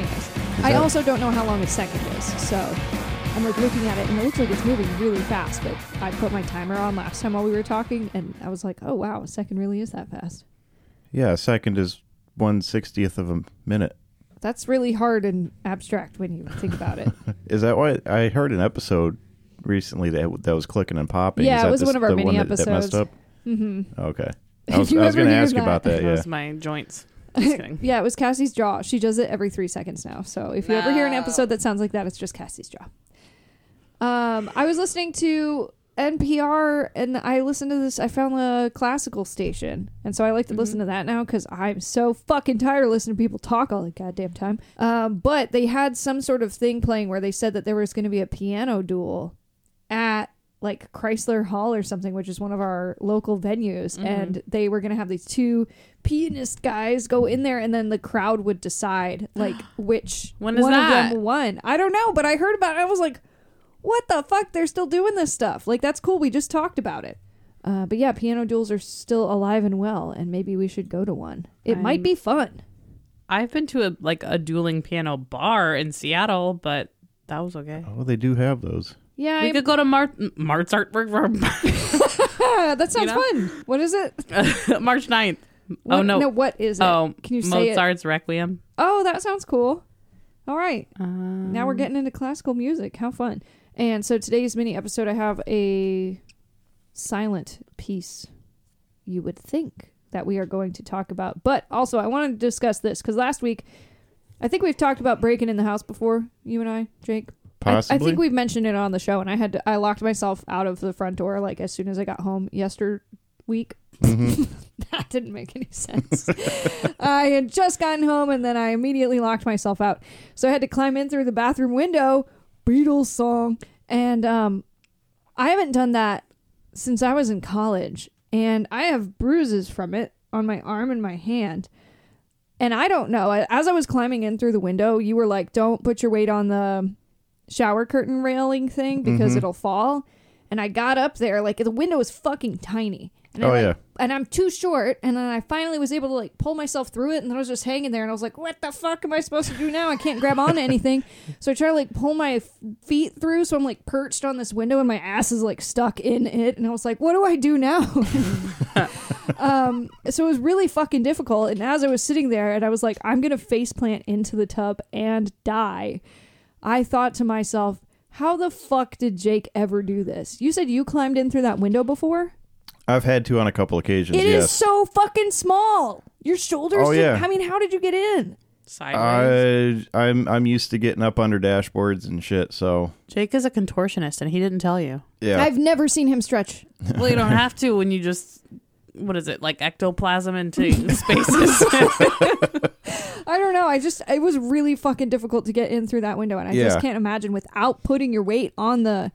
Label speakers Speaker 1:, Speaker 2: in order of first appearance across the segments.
Speaker 1: I
Speaker 2: that-
Speaker 1: also don't know how long its second is, so I'm like looking at it and it looks like it's moving really fast. But I put my timer on last time while we were talking, and I was like, "Oh wow, a second really is that fast."
Speaker 2: Yeah, a second is one sixtieth of a minute.
Speaker 1: That's really hard and abstract when you think about it.
Speaker 2: Is that why I heard an episode recently that that was clicking and popping?
Speaker 1: Yeah,
Speaker 2: Is
Speaker 1: it
Speaker 2: that
Speaker 1: was
Speaker 2: this-
Speaker 1: one of our
Speaker 2: the
Speaker 1: mini
Speaker 2: that- that messed
Speaker 1: episodes.
Speaker 2: up?
Speaker 1: hmm
Speaker 2: Okay.
Speaker 1: Did
Speaker 2: I was,
Speaker 1: you
Speaker 2: I was
Speaker 1: ever
Speaker 2: going to
Speaker 1: hear
Speaker 2: ask
Speaker 1: that?
Speaker 2: about that.
Speaker 3: That
Speaker 2: Yeah.
Speaker 3: was my joints. Just kidding.
Speaker 1: Yeah, it was Cassie's jaw. She does it every three seconds now. So if you ever hear an
Speaker 3: No.
Speaker 1: episode that sounds like that, it's just Cassie's jaw. Um, I was listening to NPR and I listened to this. I found the classical station, and so I like to listen
Speaker 3: Mm-hmm.
Speaker 1: to that now because I'm so fucking tired of listening to people talk all the goddamn time. Um, but they had some sort of thing playing where they said that there was going to be a piano duel at like Chrysler Hall or something, which is one of our local venues,
Speaker 3: Mm-hmm.
Speaker 1: and they were gonna have these two pianist guys go in there, and then the crowd would decide like which
Speaker 3: When is
Speaker 1: one
Speaker 3: that?
Speaker 1: of them won. I don't know, but I heard about it. I was like, what the fuck? They're still doing this stuff. Like that's cool. We just talked about it. Uh, but yeah, piano duels are still alive and well, and maybe we should go to one. It might
Speaker 3: I'm-
Speaker 1: be fun.
Speaker 3: I've been to a like a dueling piano bar in Seattle, but that was okay.
Speaker 2: Oh, they do have those.
Speaker 1: Yeah,
Speaker 3: we
Speaker 1: I-
Speaker 3: could go to Mar- March artwork
Speaker 1: yeah, that sounds
Speaker 3: know?
Speaker 1: fun. What is it?
Speaker 3: for March 9th.
Speaker 1: What,
Speaker 3: oh no.
Speaker 1: what is it?
Speaker 3: oh,
Speaker 1: Can you say it?
Speaker 3: Mozart's Requiem.
Speaker 1: Oh, that sounds cool. All right.
Speaker 3: Um,
Speaker 1: Now we're getting into classical music. How fun. And so today's mini episode, I have a silent piece you would think that we are going to talk about. But also, I want to discuss this because last week, I think we've talked about breaking in the house before, you and I, Jake. I-
Speaker 2: Possibly.
Speaker 1: I, think we've mentioned it on the show, and I had to, I locked myself out of the front door like as soon as I got home yesterday week.
Speaker 2: Mm-hmm. Oh,
Speaker 1: that didn't make any sense. I had just gotten home, and then I immediately locked myself out, so I had to climb in through the bathroom window. Beatles song, and um, I haven't done that since I was in college, and I have bruises from it on my arm and my hand. And I don't know. I- As I was climbing in through the window, you were like, "Don't put your weight on the shower curtain railing thing because it'll fall." And I got up there, like the window is fucking tiny. And I,
Speaker 2: Oh,
Speaker 1: like,
Speaker 2: yeah.
Speaker 1: And I'm too short. And then I finally was able to like pull myself through it. And then I was just hanging there. And I was like, "What the fuck am I supposed to do now? I can't grab onto anything." So I try to like pull my f- feet through. So I'm like perched on this window, and my ass is like stuck in it. And I was like, "What do I do now?" um, so it was really fucking difficult. And as I was sitting there and I was like, I'm going to face plant into the tub and die, I thought to myself, how the fuck did Jake ever do this? You said you climbed in through that window before?
Speaker 2: I've had to on a couple occasions.
Speaker 1: It is
Speaker 2: yes.
Speaker 1: so fucking small. Your shoulders.
Speaker 2: Oh,
Speaker 1: did-
Speaker 2: yeah.
Speaker 1: I mean, how did you get in?
Speaker 3: Um, sideways.
Speaker 2: I, I'm I'm used to getting up under dashboards and shit. So
Speaker 3: Jake is a contortionist, and he didn't tell you.
Speaker 2: yeah,
Speaker 1: I've never seen him stretch.
Speaker 3: Well, you don't have to when you just what is it like ectoplasm into spaces.
Speaker 1: I don't know. I just, it was really fucking difficult to get in through that window. And I just
Speaker 2: Yeah.
Speaker 1: can't imagine without putting your weight on the.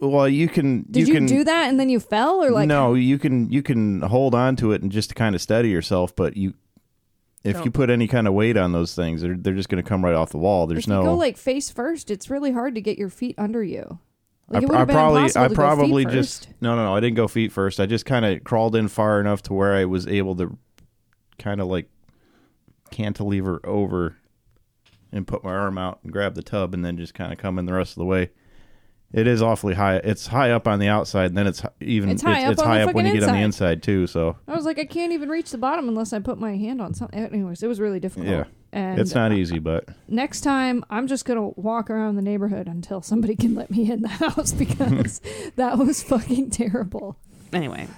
Speaker 2: well you can.
Speaker 1: Did you,
Speaker 2: can,
Speaker 1: do that and then you fell or like.
Speaker 2: no, you can you can hold on to it and just kind of steady yourself, but you if
Speaker 3: Don't.
Speaker 2: you put any kind of weight on those things, they're they're just going to come right off the wall. There's
Speaker 1: if
Speaker 2: no
Speaker 1: you go like face first, it's really hard to get your feet under you. Like
Speaker 2: I,
Speaker 1: it would
Speaker 2: I
Speaker 1: have been
Speaker 2: probably
Speaker 1: impossible
Speaker 2: I
Speaker 1: to
Speaker 2: probably
Speaker 1: go feet
Speaker 2: just
Speaker 1: first.
Speaker 2: no no no I didn't go feet first. I just kind of crawled in far enough to where I was able to kind of like cantilever over and put my arm out and grab the tub and then just kind of come in the rest of the way. It is awfully high. It's high up on the outside, and then it's hi- even
Speaker 1: It's high up on the
Speaker 2: high up when you
Speaker 1: fucking
Speaker 2: get on the
Speaker 1: inside.
Speaker 2: inside too. So
Speaker 1: I was like, I can't even reach the bottom unless I put my hand on something. Anyways, it was really difficult.
Speaker 2: Yeah.
Speaker 1: and
Speaker 2: it's not easy, but
Speaker 1: next time I'm just gonna walk around the neighborhood until somebody can let me in the house because that was fucking terrible.
Speaker 3: anyway,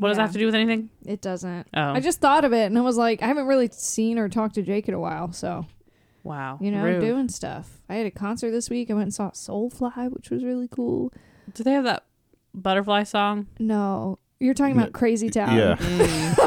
Speaker 3: what does that
Speaker 1: Yeah.
Speaker 3: have to do with anything?
Speaker 1: It doesn't.
Speaker 3: Oh,
Speaker 1: I just thought of it and I was like, I haven't really seen or talked to Jake in a while, so
Speaker 3: wow.
Speaker 1: you know,
Speaker 3: Rude.
Speaker 1: doing stuff. I had a concert this week. I went and saw Soulfly, which was really cool.
Speaker 3: do they have that butterfly song?
Speaker 1: No, you're talking about Crazy Town.
Speaker 2: yeah.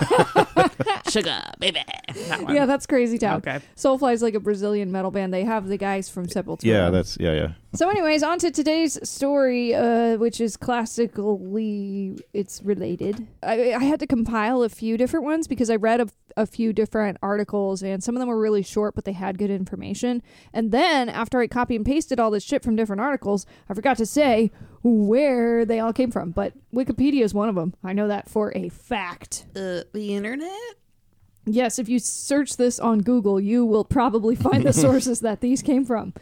Speaker 3: Mm. Sugar baby. That one.
Speaker 1: Yeah, that's Crazy Town.
Speaker 3: Okay.
Speaker 1: Soulfly is like a Brazilian metal band. They have the guys from Sepultura.
Speaker 2: Yeah, that's yeah, yeah.
Speaker 1: so. Anyways, on to today's story, uh, which is classically it's related. I, I had to compile a few different ones because I read a, a few different articles, and some of them were really short, but they had good information. And then after I copy and pasted all this shit from different articles, I forgot to say where they all came from. But Wikipedia is one of them. I know that for a fact.
Speaker 3: Uh, the internet.
Speaker 1: Yes, if you search this on Google, you will probably find the sources that these came from.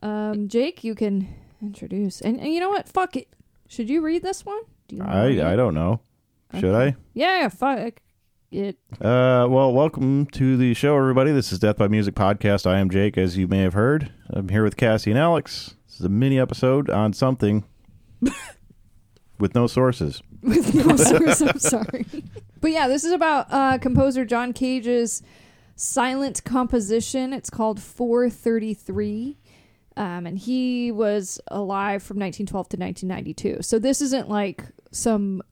Speaker 1: Um, Jake, you can introduce. And, and you know what? Fuck it. Should you read this one? Do you
Speaker 2: I I don't know. Should I?
Speaker 1: Yeah, fuck it.
Speaker 2: Uh, well, welcome to the show, everybody. This is Death by Music podcast. I am Jake, as you may have heard. I'm here with Cassie and Alex. This is a mini episode on something with no sources.
Speaker 1: with no source. I'm sorry. But yeah, this is about uh, composer John Cage's silent composition. It's called 433. Um, and he was alive from 1912 to 1992. So this isn't like some,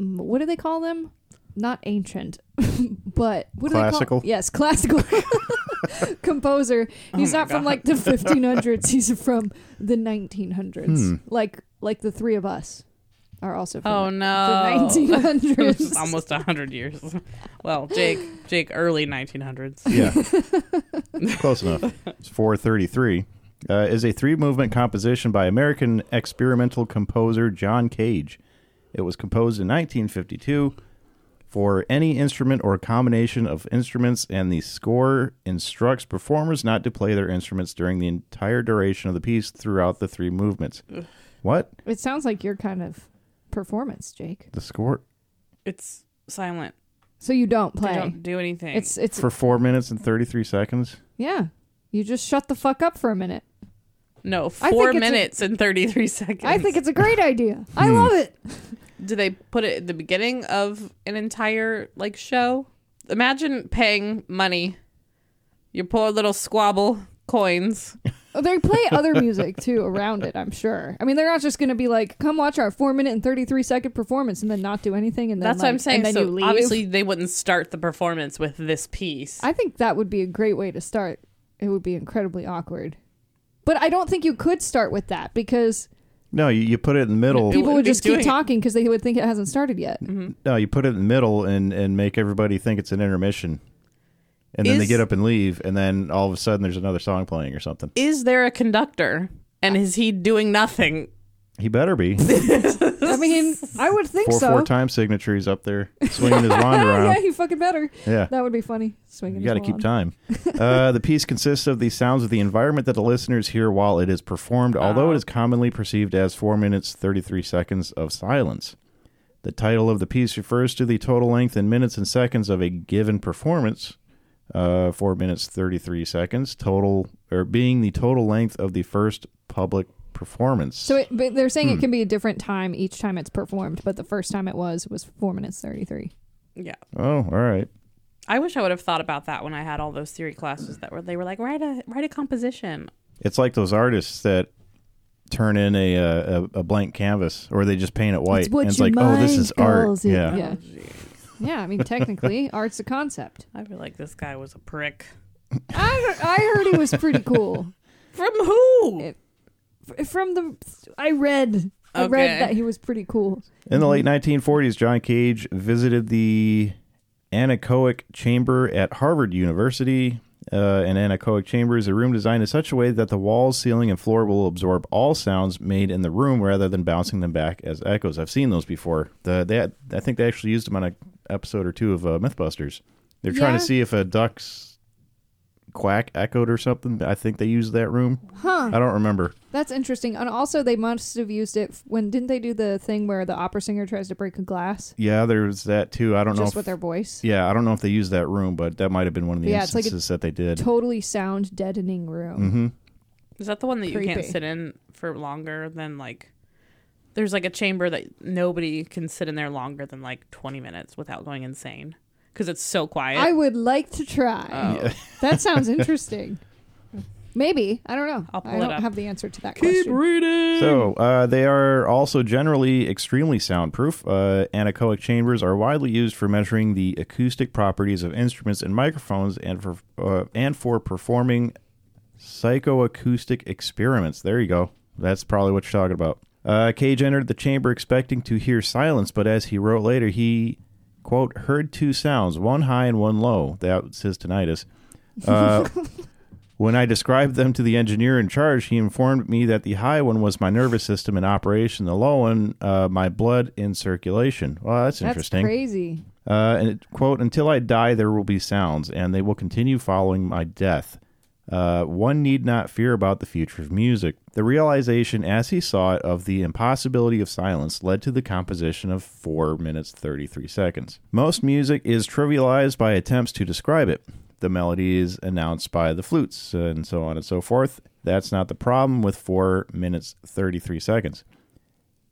Speaker 1: mm, what do they call them? Not ancient, but what do they
Speaker 2: Classical?
Speaker 1: call? Yes, classical composer. He's
Speaker 3: Oh my
Speaker 1: not from
Speaker 3: God.
Speaker 1: like the 1500s. He's from the 1900s.
Speaker 2: Hmm.
Speaker 1: Like like the three of us are also from
Speaker 3: Oh
Speaker 1: the
Speaker 3: no.
Speaker 1: the
Speaker 3: It
Speaker 1: 1900s.
Speaker 3: was almost a hundred years. Well, Jake, Jake, early 1900s.
Speaker 2: Yeah, close enough. It's 433. Uh, is a three movement composition by American experimental composer John Cage. It was composed in 1952 for any instrument or combination of instruments, and the score instructs performers not to play their instruments during the entire duration of the piece throughout the three movements. What?
Speaker 1: It sounds like your kind of performance, Jake.
Speaker 2: The score
Speaker 3: It's silent.
Speaker 1: So you don't
Speaker 3: They
Speaker 1: play.
Speaker 3: don't do anything.
Speaker 1: It's it's
Speaker 2: for four minutes and 33 seconds?
Speaker 1: yeah. You just shut the fuck up for a minute.
Speaker 3: no
Speaker 1: I think
Speaker 3: four
Speaker 1: it's a-
Speaker 3: minutes and 33 seconds.
Speaker 1: I think it's a great idea. I
Speaker 3: Hmm.
Speaker 1: love it.
Speaker 3: do they put it at the beginning of an entire like show? Imagine paying money, your poor little squabble coins.
Speaker 1: Oh, They play other music too around it. I'm sure. I mean, they're not just going to be like, "Come watch our four minute and thirty three second performance" and then not do anything. And then,
Speaker 3: That's what I'm
Speaker 1: like-
Speaker 3: saying.
Speaker 1: And then
Speaker 3: So
Speaker 1: you leave.
Speaker 3: obviously they wouldn't start the performance with this piece.
Speaker 1: I think that would be a great way to start. It would be incredibly awkward, but I don't think you could start with that because
Speaker 2: No, you, you put it in the middle.
Speaker 3: It
Speaker 1: people
Speaker 3: wouldn't
Speaker 1: would
Speaker 3: be
Speaker 1: just keep
Speaker 3: doing it.
Speaker 1: talking because they would think it hasn't started yet.
Speaker 2: No, you put it in the middle and and make everybody think it's an intermission, and then they
Speaker 3: Is-
Speaker 2: get up and leave, and then all of a sudden there's another song playing or something.
Speaker 3: Is there a conductor? And is he doing nothing?
Speaker 2: He better be
Speaker 1: I mean, I would think
Speaker 2: four
Speaker 1: so.
Speaker 2: four time signatures up there swinging his wand
Speaker 1: yeah,
Speaker 2: around.
Speaker 1: you fucking better.
Speaker 2: Yeah,
Speaker 1: That would be funny. Swinging.
Speaker 2: you
Speaker 1: his
Speaker 2: got to keep
Speaker 1: wand.
Speaker 2: time. Uh, the piece consists of the sounds of the environment that the listeners hear while it is
Speaker 1: Ah.
Speaker 2: performed, although it is commonly perceived as four minutes thirty three seconds of silence. The title of the piece refers to the total length in minutes and seconds of a given performance. uh, four minutes thirty three seconds total, or being the total length of the first public performance.
Speaker 1: So it, but they're
Speaker 2: Hmm.
Speaker 1: saying it can be a different time each time it's performed, but the first time it was was four minutes thirty three.
Speaker 3: Yeah.
Speaker 2: oh, all right.
Speaker 3: I wish I would have thought about that when I had all those theory classes that were they were like write a write a composition.
Speaker 2: It's like those artists that turn in a uh, a, a blank canvas, or they just paint it white,
Speaker 1: It's what
Speaker 2: and it's
Speaker 1: your
Speaker 2: like, oh, this
Speaker 1: mind
Speaker 2: is art.
Speaker 1: calls it.
Speaker 2: Yeah.
Speaker 1: Yeah.
Speaker 3: Oh, gee.
Speaker 1: Yeah, I mean technically, art's a concept.
Speaker 3: I feel like this guy was a prick.
Speaker 1: I I heard he was pretty cool.
Speaker 3: From who?
Speaker 1: It- F- From the I read I
Speaker 3: Okay.
Speaker 1: read that he was pretty cool.
Speaker 2: In the late 1940s, John Cage visited the anechoic chamber at Harvard University. Uh, an anechoic chamber is a room designed in such a way that the walls, ceiling, and floor will absorb all sounds made in the room rather than bouncing them back as echoes. I've seen those before. The, they had, I think they actually used them on an episode or two of uh, Mythbusters. They're trying
Speaker 1: Yeah.
Speaker 2: to see if a duck's quack echoed or something. I think they used that room.
Speaker 1: Huh.
Speaker 2: I don't remember.
Speaker 1: That's interesting. And also they must have used it f- when didn't they do the thing where the opera singer tries to break a glass
Speaker 2: Yeah, there's that too. I don't know.
Speaker 1: just
Speaker 2: if-
Speaker 1: with their voice?
Speaker 2: Yeah, I don't know if they used that room, but that might have been one of the
Speaker 1: Yeah, it's like a-
Speaker 2: instances that they did.
Speaker 1: Totally sound deadening room.
Speaker 2: hmm
Speaker 3: Is that the one that you can't
Speaker 1: Creepy.
Speaker 3: sit in for longer than like? There's like a chamber that nobody can sit in there longer than like 20 minutes without going insane because it's so quiet.
Speaker 1: I would like to try.
Speaker 3: Oh.
Speaker 1: That sounds interesting. Maybe I don't know.
Speaker 3: I'll pull
Speaker 1: I
Speaker 3: it
Speaker 1: don't
Speaker 3: up.
Speaker 1: have the answer to that
Speaker 3: Keep
Speaker 1: question.
Speaker 3: reading.
Speaker 2: So uh, they are also generally extremely soundproof. Uh, anechoic chambers are widely used for measuring the acoustic properties of instruments and microphones, and for uh, and for performing psychoacoustic experiments. There you go. That's probably what you're talking about. Uh, Cage entered the chamber expecting to hear silence, but as he wrote later, he quote heard two sounds, one high and one low. That was his tinnitus. Uh, When I described them to the engineer in charge, he informed me that the high one was my nervous system in operation, the low one, uh, my blood in circulation. Well, that's
Speaker 1: That's
Speaker 2: interesting.
Speaker 1: crazy.
Speaker 2: Uh, and it, quote, until I die, there will be sounds, and they will continue following my death. Uh, one need not fear about the future of music. The realization, as he saw it, of the impossibility of silence led to the composition of 4 minutes 33 seconds. Most music is trivialized by attempts to describe it. The melody is announced by the flutes, and so on and so forth. That's not the problem with 4 minutes 33 seconds.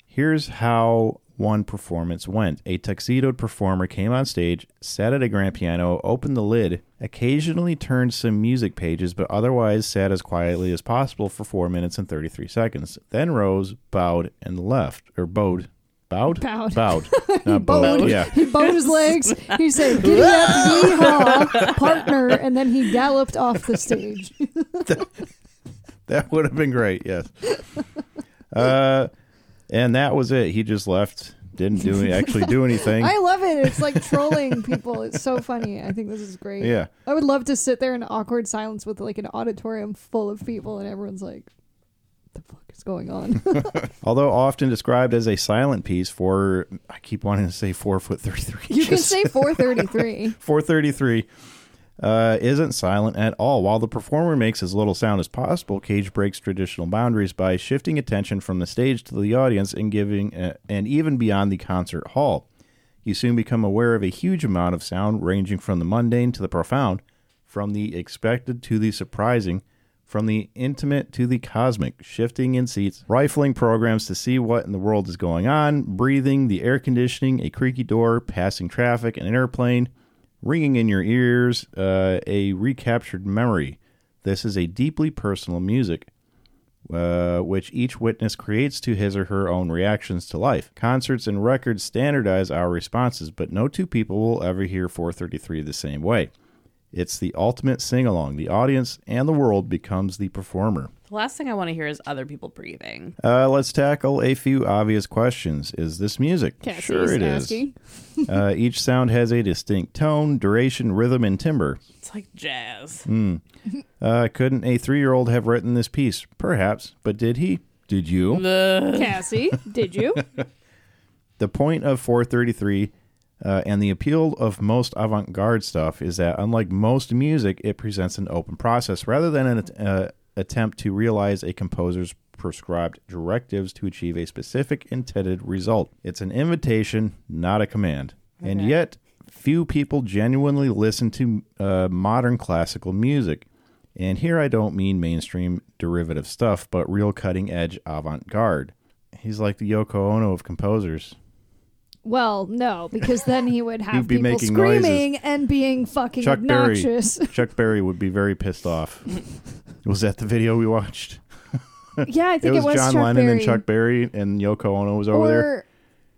Speaker 2: Here's how one performance went. A tuxedoed performer came on stage, sat at a grand piano, opened the lid, occasionally turned some music pages, but otherwise sat as quietly as possible for 4 minutes and 33 seconds, then rose, bowed, and left. Or bowed. Bowed?
Speaker 1: Bowed.
Speaker 2: Bowed. Not bowed.
Speaker 1: Bowed.
Speaker 2: Yeah.
Speaker 1: He bowed his legs. He said, "Giddy up, yeehaw, partner!" And then he galloped off the stage.
Speaker 2: That would have been great, yes. Uh, and that was it. He just left. Didn't do actually do anything.
Speaker 1: I love it. It's like trolling people. It's so funny. I think this is great.
Speaker 2: Yeah.
Speaker 1: I would love to sit there in awkward silence with like an auditorium full of people, and everyone's like, "The fuck is going on?"
Speaker 2: Although often described as a silent piece for, I keep wanting to say four foot thirty three.
Speaker 1: you can say 433.
Speaker 2: four thirty three. Uh, isn't silent at all. While the performer makes as little sound as possible, Cage breaks traditional boundaries by shifting attention from the stage to the audience and giving, uh, and even beyond the concert hall. You soon become aware of a huge amount of sound, ranging from the mundane to the profound, from the expected to the surprising, from the intimate to the cosmic, shifting in seats, rifling programs to see what in the world is going on, breathing, the air conditioning, a creaky door, passing traffic, an airplane, ringing in your ears, uh, a recaptured memory. This is a deeply personal music uh, which each witness creates to his or her own reactions to life. Concerts and records standardize our responses, but no two people will ever hear 433 the same way. It's the ultimate sing along. The audience and the world becomes the performer.
Speaker 3: The last thing I want to hear is other people breathing.
Speaker 2: Uh, let's tackle a few obvious questions. Is this music?
Speaker 1: Cassie's
Speaker 2: sure, it is.
Speaker 1: asking.
Speaker 2: uh, each sound has a distinct tone, duration, rhythm, and timbre.
Speaker 3: It's like jazz.
Speaker 2: Uh, couldn't a three year old have written this piece? Perhaps, but did he? Did you?
Speaker 3: Ugh.
Speaker 1: Cassie, did you?
Speaker 2: the point of 433 uh, and the appeal of most avant-garde stuff is that unlike most music it presents an open process rather than an uh, attempt to realize a composer's prescribed directives to achieve a specific intended result it's an invitation not a command and yet few people genuinely listen to uh, modern classical music and here i don't mean mainstream derivative stuff but real cutting edge avant-garde he's like the yoko ono of composers
Speaker 1: Well, no, because then he would have
Speaker 2: You'd be
Speaker 1: people
Speaker 2: making
Speaker 1: screaming and being fucking
Speaker 2: Chuck
Speaker 1: obnoxious.
Speaker 2: Berry. Chuck Berry would be very pissed off. was that the video we watched?
Speaker 1: yeah, I
Speaker 2: It
Speaker 1: think
Speaker 2: was, John
Speaker 1: Chuck
Speaker 2: Lennon
Speaker 1: Berry.
Speaker 2: and Chuck Berry, and Yoko Ono was over
Speaker 1: or,
Speaker 2: there.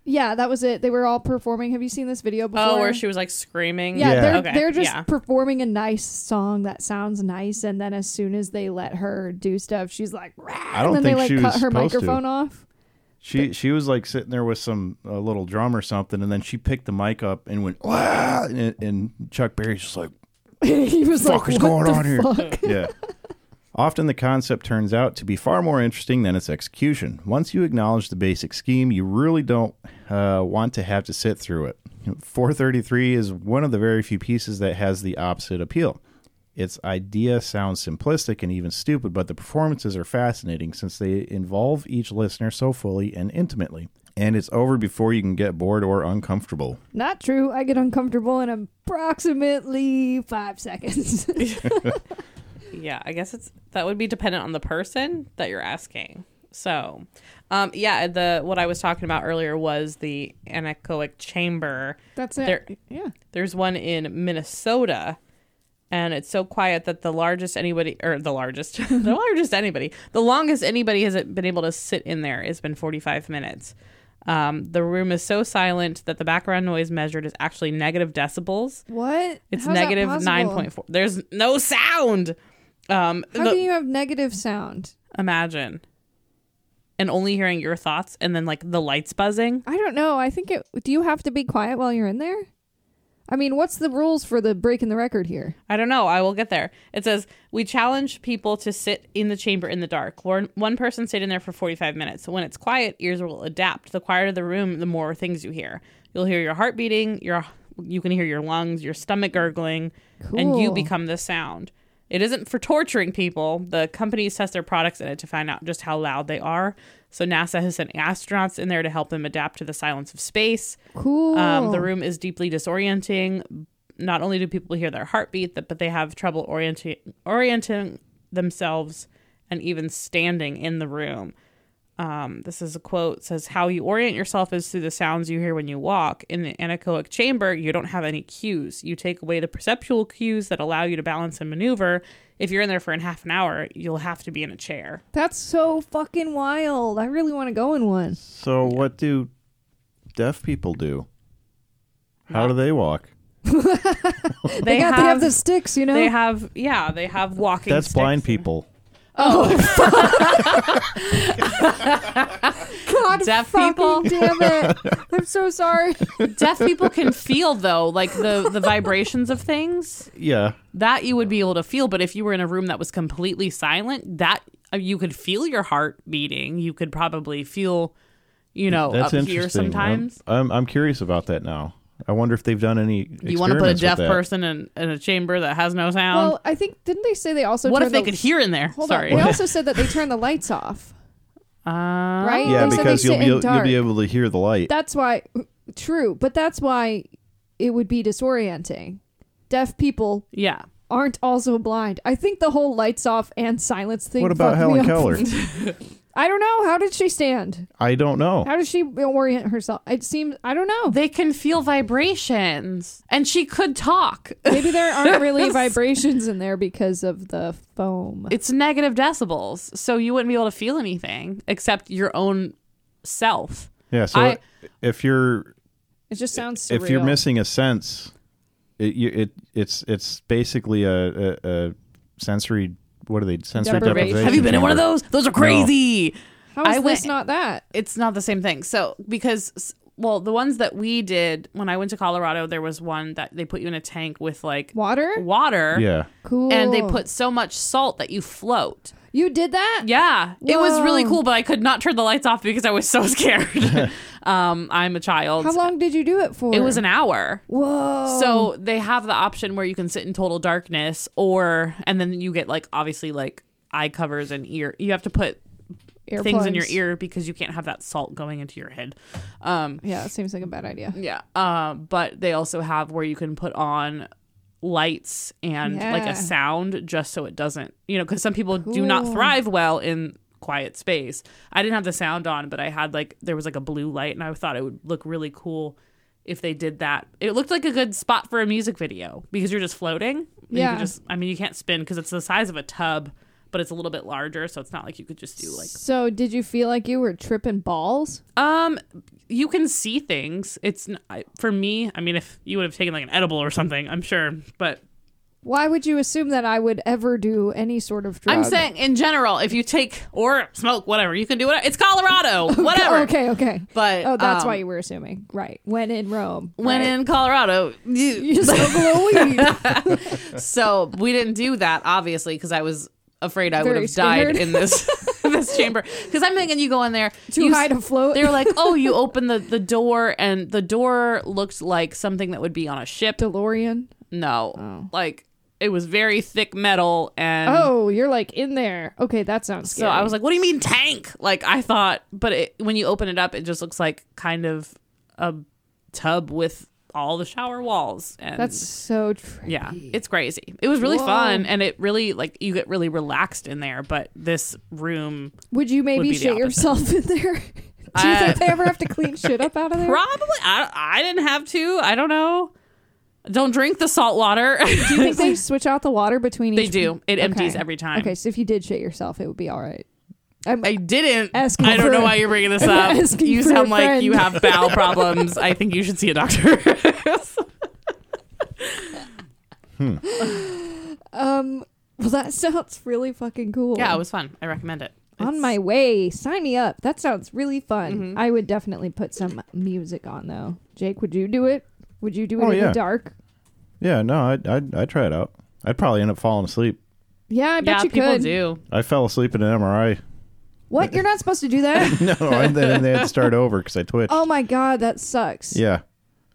Speaker 1: Yeah, that was it. They were all performing. Have you seen this video before?
Speaker 3: Oh, where she was like screaming.
Speaker 1: yeah,
Speaker 2: Yeah.
Speaker 1: they're
Speaker 3: Okay,
Speaker 1: they're just
Speaker 3: yeah.
Speaker 1: performing a nice song that sounds nice, and then as soon as they let her do stuff, she's like, "Rah," and
Speaker 2: don't
Speaker 1: then they
Speaker 2: think
Speaker 1: like
Speaker 2: she
Speaker 1: cut
Speaker 2: was
Speaker 1: her
Speaker 2: supposed to.
Speaker 1: microphone off.
Speaker 2: She she was like sitting there with some a little drum or something, and then she picked the mic up and went "Wah!" and, and Chuck Berry's just like
Speaker 1: he was
Speaker 2: Fuck
Speaker 1: like,
Speaker 2: is
Speaker 1: "What
Speaker 2: going
Speaker 1: the
Speaker 2: on here?"
Speaker 1: fuck?"
Speaker 2: yeah. Often the concept turns out to be far more interesting than its execution. Once you acknowledge the basic scheme, you really don't uh, want to have to sit through it. 433 is one of the very few pieces that has the opposite appeal. Its idea sounds simplistic and even stupid, but the performances are fascinating since they involve each listener so fully and intimately. And it's over before you can get bored or uncomfortable.
Speaker 1: Not true. I get uncomfortable in approximately five seconds.
Speaker 3: Yeah, I guess it's that would be dependent on the person that you're asking. So, um, yeah, the what I was talking about earlier was the anechoic chamber.
Speaker 1: That's it.
Speaker 3: There-
Speaker 1: yeah.
Speaker 3: There's one in Minnesota, and it's so quiet that the largest anybody or the largest, the largest anybody, the longest anybody has been able to sit in there has been 45 minutes. Um, the room is so silent that the background noise measured is actually negative decibels.
Speaker 1: What?
Speaker 3: It's
Speaker 1: How's that
Speaker 3: negative
Speaker 1: possible?
Speaker 3: 9.4. There's no sound. Um,
Speaker 1: How
Speaker 3: the-
Speaker 1: can you have negative sound?
Speaker 3: Imagine. And only hearing your thoughts and then like the lights buzzing.
Speaker 1: I don't know. I think it. Do you have to be quiet while you're in there? I mean, what's the rules for the breaking the record here?
Speaker 3: I don't know. I will get there. It says we challenge people to sit in the chamber in the dark. Lor- One person stayed in there for 45 minutes. When it's quiet, ears will adapt. The quieter the room, the more things you hear. You'll hear your heart beating. Your you can hear your lungs, your stomach gurgling, and you
Speaker 1: Cool.
Speaker 3: become the sound. It isn't for torturing people. The companies test their products in it to find out just how loud they are. So NASA has sent astronauts in there to help them adapt to the silence of space.
Speaker 1: Cool.
Speaker 3: Um, the room is deeply disorienting. Not only do people hear their heartbeat, th- but they have trouble orienting orienting themselves and even standing in the room. Um, this is a quote It says how you orient yourself is through the sounds you hear when you walk. In the anechoic chamber, you don't have any cues. You take away the perceptual cues that allow you to balance and maneuver. If you're in there for an half an hour, you'll have to be in a chair.
Speaker 1: That's so fucking wild. I really want to go in one.
Speaker 2: So what do deaf people do? How do they walk?
Speaker 3: They,
Speaker 1: They, got to have the sticks, you know.
Speaker 3: they have yeah, they have walking.
Speaker 2: That's
Speaker 3: sticks
Speaker 2: blind
Speaker 3: and-
Speaker 2: people.
Speaker 1: God,
Speaker 3: deaf
Speaker 1: fucking
Speaker 3: people.
Speaker 1: Damn it! I'm so sorry.
Speaker 3: deaf people can feel though like the the vibrations of things
Speaker 2: Yeah.
Speaker 3: that you would be able to feel but if you were in a room that was completely silent that uh, you could feel your heart beating you could probably feel you know
Speaker 2: That's
Speaker 3: Oh, up
Speaker 2: interesting.
Speaker 3: here sometimes
Speaker 2: I'm, I'm I'm curious about that now. I wonder if they've done any.
Speaker 3: you want to put a
Speaker 2: experiments with
Speaker 3: deaf
Speaker 2: that.
Speaker 3: person in, in a chamber that has no sound
Speaker 1: well, I think didn't they say they also
Speaker 3: Um, what if
Speaker 1: turned
Speaker 3: they
Speaker 1: the-
Speaker 3: could hear in there
Speaker 1: Hold
Speaker 3: sorry
Speaker 1: on. They also said that they turn the lights off,
Speaker 3: Uh,
Speaker 1: right?
Speaker 2: Yeah,
Speaker 1: they said
Speaker 2: because
Speaker 1: they
Speaker 2: you'll
Speaker 1: sit
Speaker 2: be
Speaker 1: in
Speaker 2: you'll
Speaker 1: dark.
Speaker 2: be able to hear the light.
Speaker 1: That's why, true, but that's why it would be disorienting. Deaf people
Speaker 3: yeah
Speaker 1: aren't also blind. I think the whole lights off and silence thing.
Speaker 2: What about
Speaker 1: fucked me
Speaker 2: Helen
Speaker 1: up.
Speaker 2: Keller?
Speaker 1: I don't know. How did she stand?
Speaker 2: I don't know.
Speaker 1: How does she orient herself? It seems I don't know.
Speaker 3: they can feel vibrations and she could talk
Speaker 1: Maybe there aren't really vibrations in there because of the foam.
Speaker 3: it's negative decibels so you wouldn't be able to feel anything except your own self
Speaker 2: Yeah. So
Speaker 3: I-
Speaker 2: if you're
Speaker 1: It just sounds surreal.
Speaker 2: if you're missing a sense, it you, it it's it's basically a, a, a sensory. What are they? Sensory
Speaker 1: Deprivation.
Speaker 2: deprivation.
Speaker 3: have you been in one of
Speaker 2: chamber.
Speaker 3: those those are crazy
Speaker 1: how is
Speaker 3: I
Speaker 1: this
Speaker 3: went-
Speaker 1: not that?
Speaker 3: it's not the same thing so because well the ones that we did when i went to colorado there was one that they put you in a tank with like
Speaker 1: Water?
Speaker 3: water
Speaker 2: Yeah.
Speaker 1: Cool.
Speaker 3: and they put so much salt that you float
Speaker 1: You did that?
Speaker 3: Yeah, it was really
Speaker 1: Whoa.
Speaker 3: cool, but I could not turn the lights off because I was so scared. um, I'm a child.
Speaker 1: How long did you do it for?
Speaker 3: It was an hour.
Speaker 1: Whoa.
Speaker 3: So they have the option where you can sit in total darkness, or and then you get like obviously like eye covers and ear. You have to put things in your
Speaker 1: Earplugs.
Speaker 3: ear because you can't have that salt going into your head. Um,
Speaker 1: Yeah, that seems like a bad idea.
Speaker 3: yeah. Uh, but they also have where you can put on lights and like
Speaker 1: Yeah.
Speaker 3: a sound just so it doesn't, you know, because some people do not
Speaker 1: Cool.
Speaker 3: thrive well in quiet space. I didn't have the sound on, but I had like, there was like a blue light and I thought it would look really cool if they did that. It looked like a good spot for a music video because you're just floating. and you
Speaker 1: Yeah.
Speaker 3: can just, I mean, you can't spin because it's the size of a tub, but it's a little bit larger. So it's not like you could just do like,
Speaker 1: So did you feel like you were tripping balls?
Speaker 3: um, you can see things. It's n- I- for me. I mean, if you would have taken like an edible or something, I'm sure. But
Speaker 1: Why would you assume that I would ever do any sort of drug?
Speaker 3: I'm saying in general, if you take or smoke whatever, you can do whatever. It's Colorado, whatever.
Speaker 1: Okay, okay.
Speaker 3: But
Speaker 1: Oh, that's
Speaker 3: um,
Speaker 1: why you were assuming. Right. When in Rome.
Speaker 3: When
Speaker 1: right.
Speaker 3: in Colorado, you,
Speaker 1: You just smoke a little weed.
Speaker 3: so we didn't do that obviously because I was afraid I would
Speaker 1: Very
Speaker 3: have died
Speaker 1: scared.
Speaker 3: in this this chamber. Because I'm thinking you go in there
Speaker 1: Too
Speaker 3: you
Speaker 1: high
Speaker 3: s-
Speaker 1: to float.
Speaker 3: They were like, oh, you open the the door, and the door looked like something that would be on a ship.
Speaker 1: DeLorean.
Speaker 3: No.
Speaker 1: Oh.
Speaker 3: Like it was very thick metal and
Speaker 1: Oh, you're like in there. Okay, that sounds
Speaker 3: so
Speaker 1: scary.
Speaker 3: I was like, what do you mean tank? Like I thought, but it, when you open it up, it just looks like kind of a tub with all the shower walls and
Speaker 1: that's so trippy.
Speaker 3: yeah, it's crazy. It was really
Speaker 1: Whoa.
Speaker 3: fun and it really like you get really relaxed in there, but this room
Speaker 1: Would you maybe
Speaker 3: be the
Speaker 1: shit
Speaker 3: opposite. Uh,
Speaker 1: yourself in there? Do you
Speaker 3: I-
Speaker 1: think they ever have to clean shit up out of there?
Speaker 3: probably I, I didn't have to. I don't know. Don't drink the salt water.
Speaker 1: Do you think they switch out the water between
Speaker 3: they
Speaker 1: each?
Speaker 3: do. It empties
Speaker 1: Okay.
Speaker 3: every time.
Speaker 1: Okay, so if you did shit yourself, it would be all right. I'm,
Speaker 3: I didn't.
Speaker 1: Asking
Speaker 3: I don't
Speaker 1: for-
Speaker 3: know why you're bringing this up.
Speaker 1: asking
Speaker 3: You
Speaker 1: for a
Speaker 3: sound like you
Speaker 1: friend.
Speaker 3: have bowel problems. I think you should see a doctor.
Speaker 1: um, well, that sounds really fucking cool.
Speaker 3: yeah, it was fun. I recommend it.
Speaker 1: on
Speaker 3: It's- Mm-hmm.
Speaker 1: my way. Sign me up. That sounds really fun. I would definitely put some music on though. Jake, would you do it? Would you do it
Speaker 2: Oh,
Speaker 1: in
Speaker 2: yeah.
Speaker 1: the dark?
Speaker 2: Yeah, no, I'd, I'd, I'd try it out. I'd probably end up falling asleep.
Speaker 1: Yeah, I bet
Speaker 3: yeah,
Speaker 1: you
Speaker 3: people
Speaker 1: could.
Speaker 3: do.
Speaker 2: I fell asleep in an MRI.
Speaker 1: What? You're not supposed to do that?
Speaker 2: No, and then they had to start over because I twitched.
Speaker 1: oh my god, that sucks.
Speaker 2: Yeah,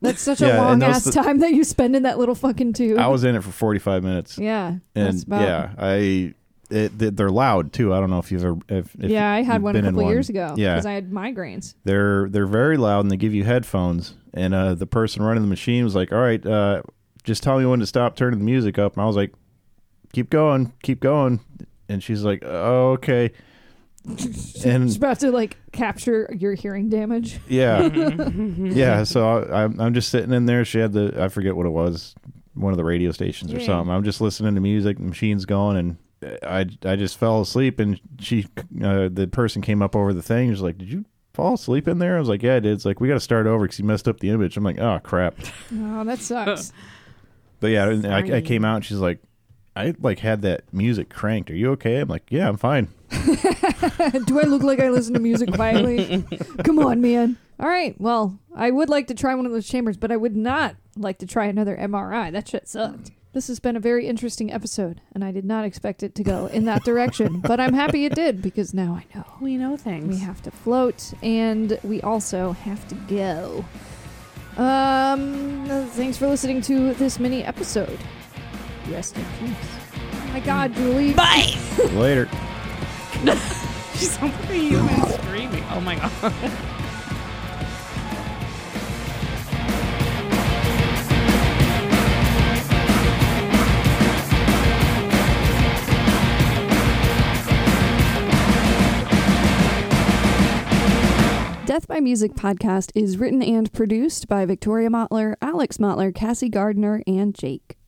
Speaker 1: That's such a
Speaker 2: Yeah,
Speaker 1: long
Speaker 2: and those
Speaker 1: ass
Speaker 2: th-
Speaker 1: time that you spend in that little fucking tube.
Speaker 2: I was in it for 45 minutes.
Speaker 1: yeah.
Speaker 2: and
Speaker 1: that's about-
Speaker 2: yeah, I it, they- they're loud too. I don't know if you've ever if, if
Speaker 1: yeah, I had
Speaker 2: you've
Speaker 1: one a
Speaker 2: been in
Speaker 1: couple years ago
Speaker 2: Yeah,
Speaker 1: because I had migraines.
Speaker 2: they're they're very loud and they give you headphones. And uh, the person running the machine was like, "All right, uh, just tell me when to stop turning the music up." And I was like, "Keep going, keep going." And she's like, "Oh, "Okay."
Speaker 1: It's
Speaker 2: And
Speaker 1: about to like capture your hearing damage.
Speaker 2: yeah, yeah. So I, I'm I'm just sitting in there. She had the I forget what it was, one of the radio stations or
Speaker 1: Yeah.
Speaker 2: something. I'm just listening to music. The machine's going, and I I just fell asleep. And she uh, the person came up over the thing. She's like, "Did you?" Fall asleep in there? I was like, yeah, I did. It's like we got to start over because you messed up the image. I'm like, oh crap.
Speaker 1: Oh, that sucks.
Speaker 2: But yeah, and I, I
Speaker 3: Sorry.
Speaker 2: came out and she's like, I like had that music cranked. Are you okay? I'm like, yeah, I'm fine.
Speaker 1: do I look like I listen to music quietly? Come on, man. All right. Well, I would like to try one of those chambers, but I would not like to try another MRI. That shit sucked. This has been a very interesting episode, and I did not expect it to go in that direction, but I'm happy it did because now I know.
Speaker 3: We know things.
Speaker 1: We have to float, and we also have to go. Um, thanks for listening to this mini episode. Rest in peace. Oh my God, Julie.
Speaker 3: Bye.
Speaker 2: Later.
Speaker 3: Somebody even screaming. Oh my god.
Speaker 4: Death by Music podcast is written and produced by Victoria Motler, Alex Motler, Cassie Gardner, and Jake.